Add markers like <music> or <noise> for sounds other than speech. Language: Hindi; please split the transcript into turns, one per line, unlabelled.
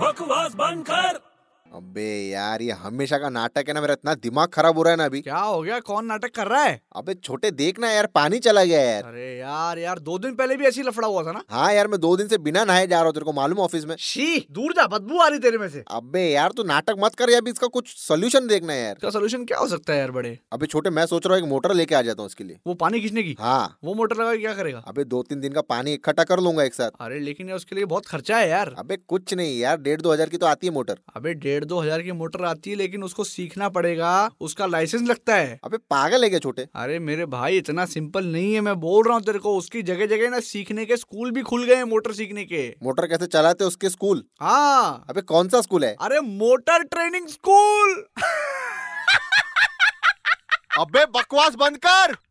बकवास बंद कर
अबे यार ये हमेशा का नाटक है ना मेरा इतना दिमाग खराब हो रहा है ना अभी
क्या हो गया कौन नाटक कर रहा है
अबे छोटे देखना यार पानी चला गया यार
हाँ।
अरे यार यार दो दिन पहले भी ऐसी लफड़ा हुआ था ना
हाँ यार मैं दो दिन से बिना नहाए जा रहा हूँ तेरे को मालूम है ऑफिस में
शी दूर जा बदबू आ रही तेरे में से
अबे यार तू नाटक मत कर यार अभी इसका कुछ सोल्यूशन देखना है यार
इसका सोल्यूशन क्या हो सकता है यार बड़े
अबे छोटे मैं सोच रहा हूँ एक मोटर लेके आ जाता हूँ उसके लिए
वो पानी खींचने की
हाँ
वो मोटर लगा के क्या करेगा
अबे दो तीन दिन का पानी इकट्ठा कर लूंगा एक साथ
अरे लेकिन यार उसके लिए बहुत खर्चा है यार
अबे कुछ नहीं यार डेढ़ दो हजार की तो आती है मोटर
अबे डेढ़ दो हजार की मोटर आती है लेकिन उसको सीखना पड़ेगा उसका लाइसेंस लगता है
अबे पागल है क्या छोटे
अरे मेरे भाई इतना सिंपल नहीं है मैं बोल रहा हूँ तेरे को उसकी जगह जगह ना सीखने के स्कूल भी खुल गए हैं मोटर सीखने के
मोटर कैसे चलाते हैं उसके स्कूल
हाँ
अबे कौन सा
<laughs>
स्कूल है
अरे मोटर <laughs> ट्रेनिंग स्कूल
अबे बकवास बंद कर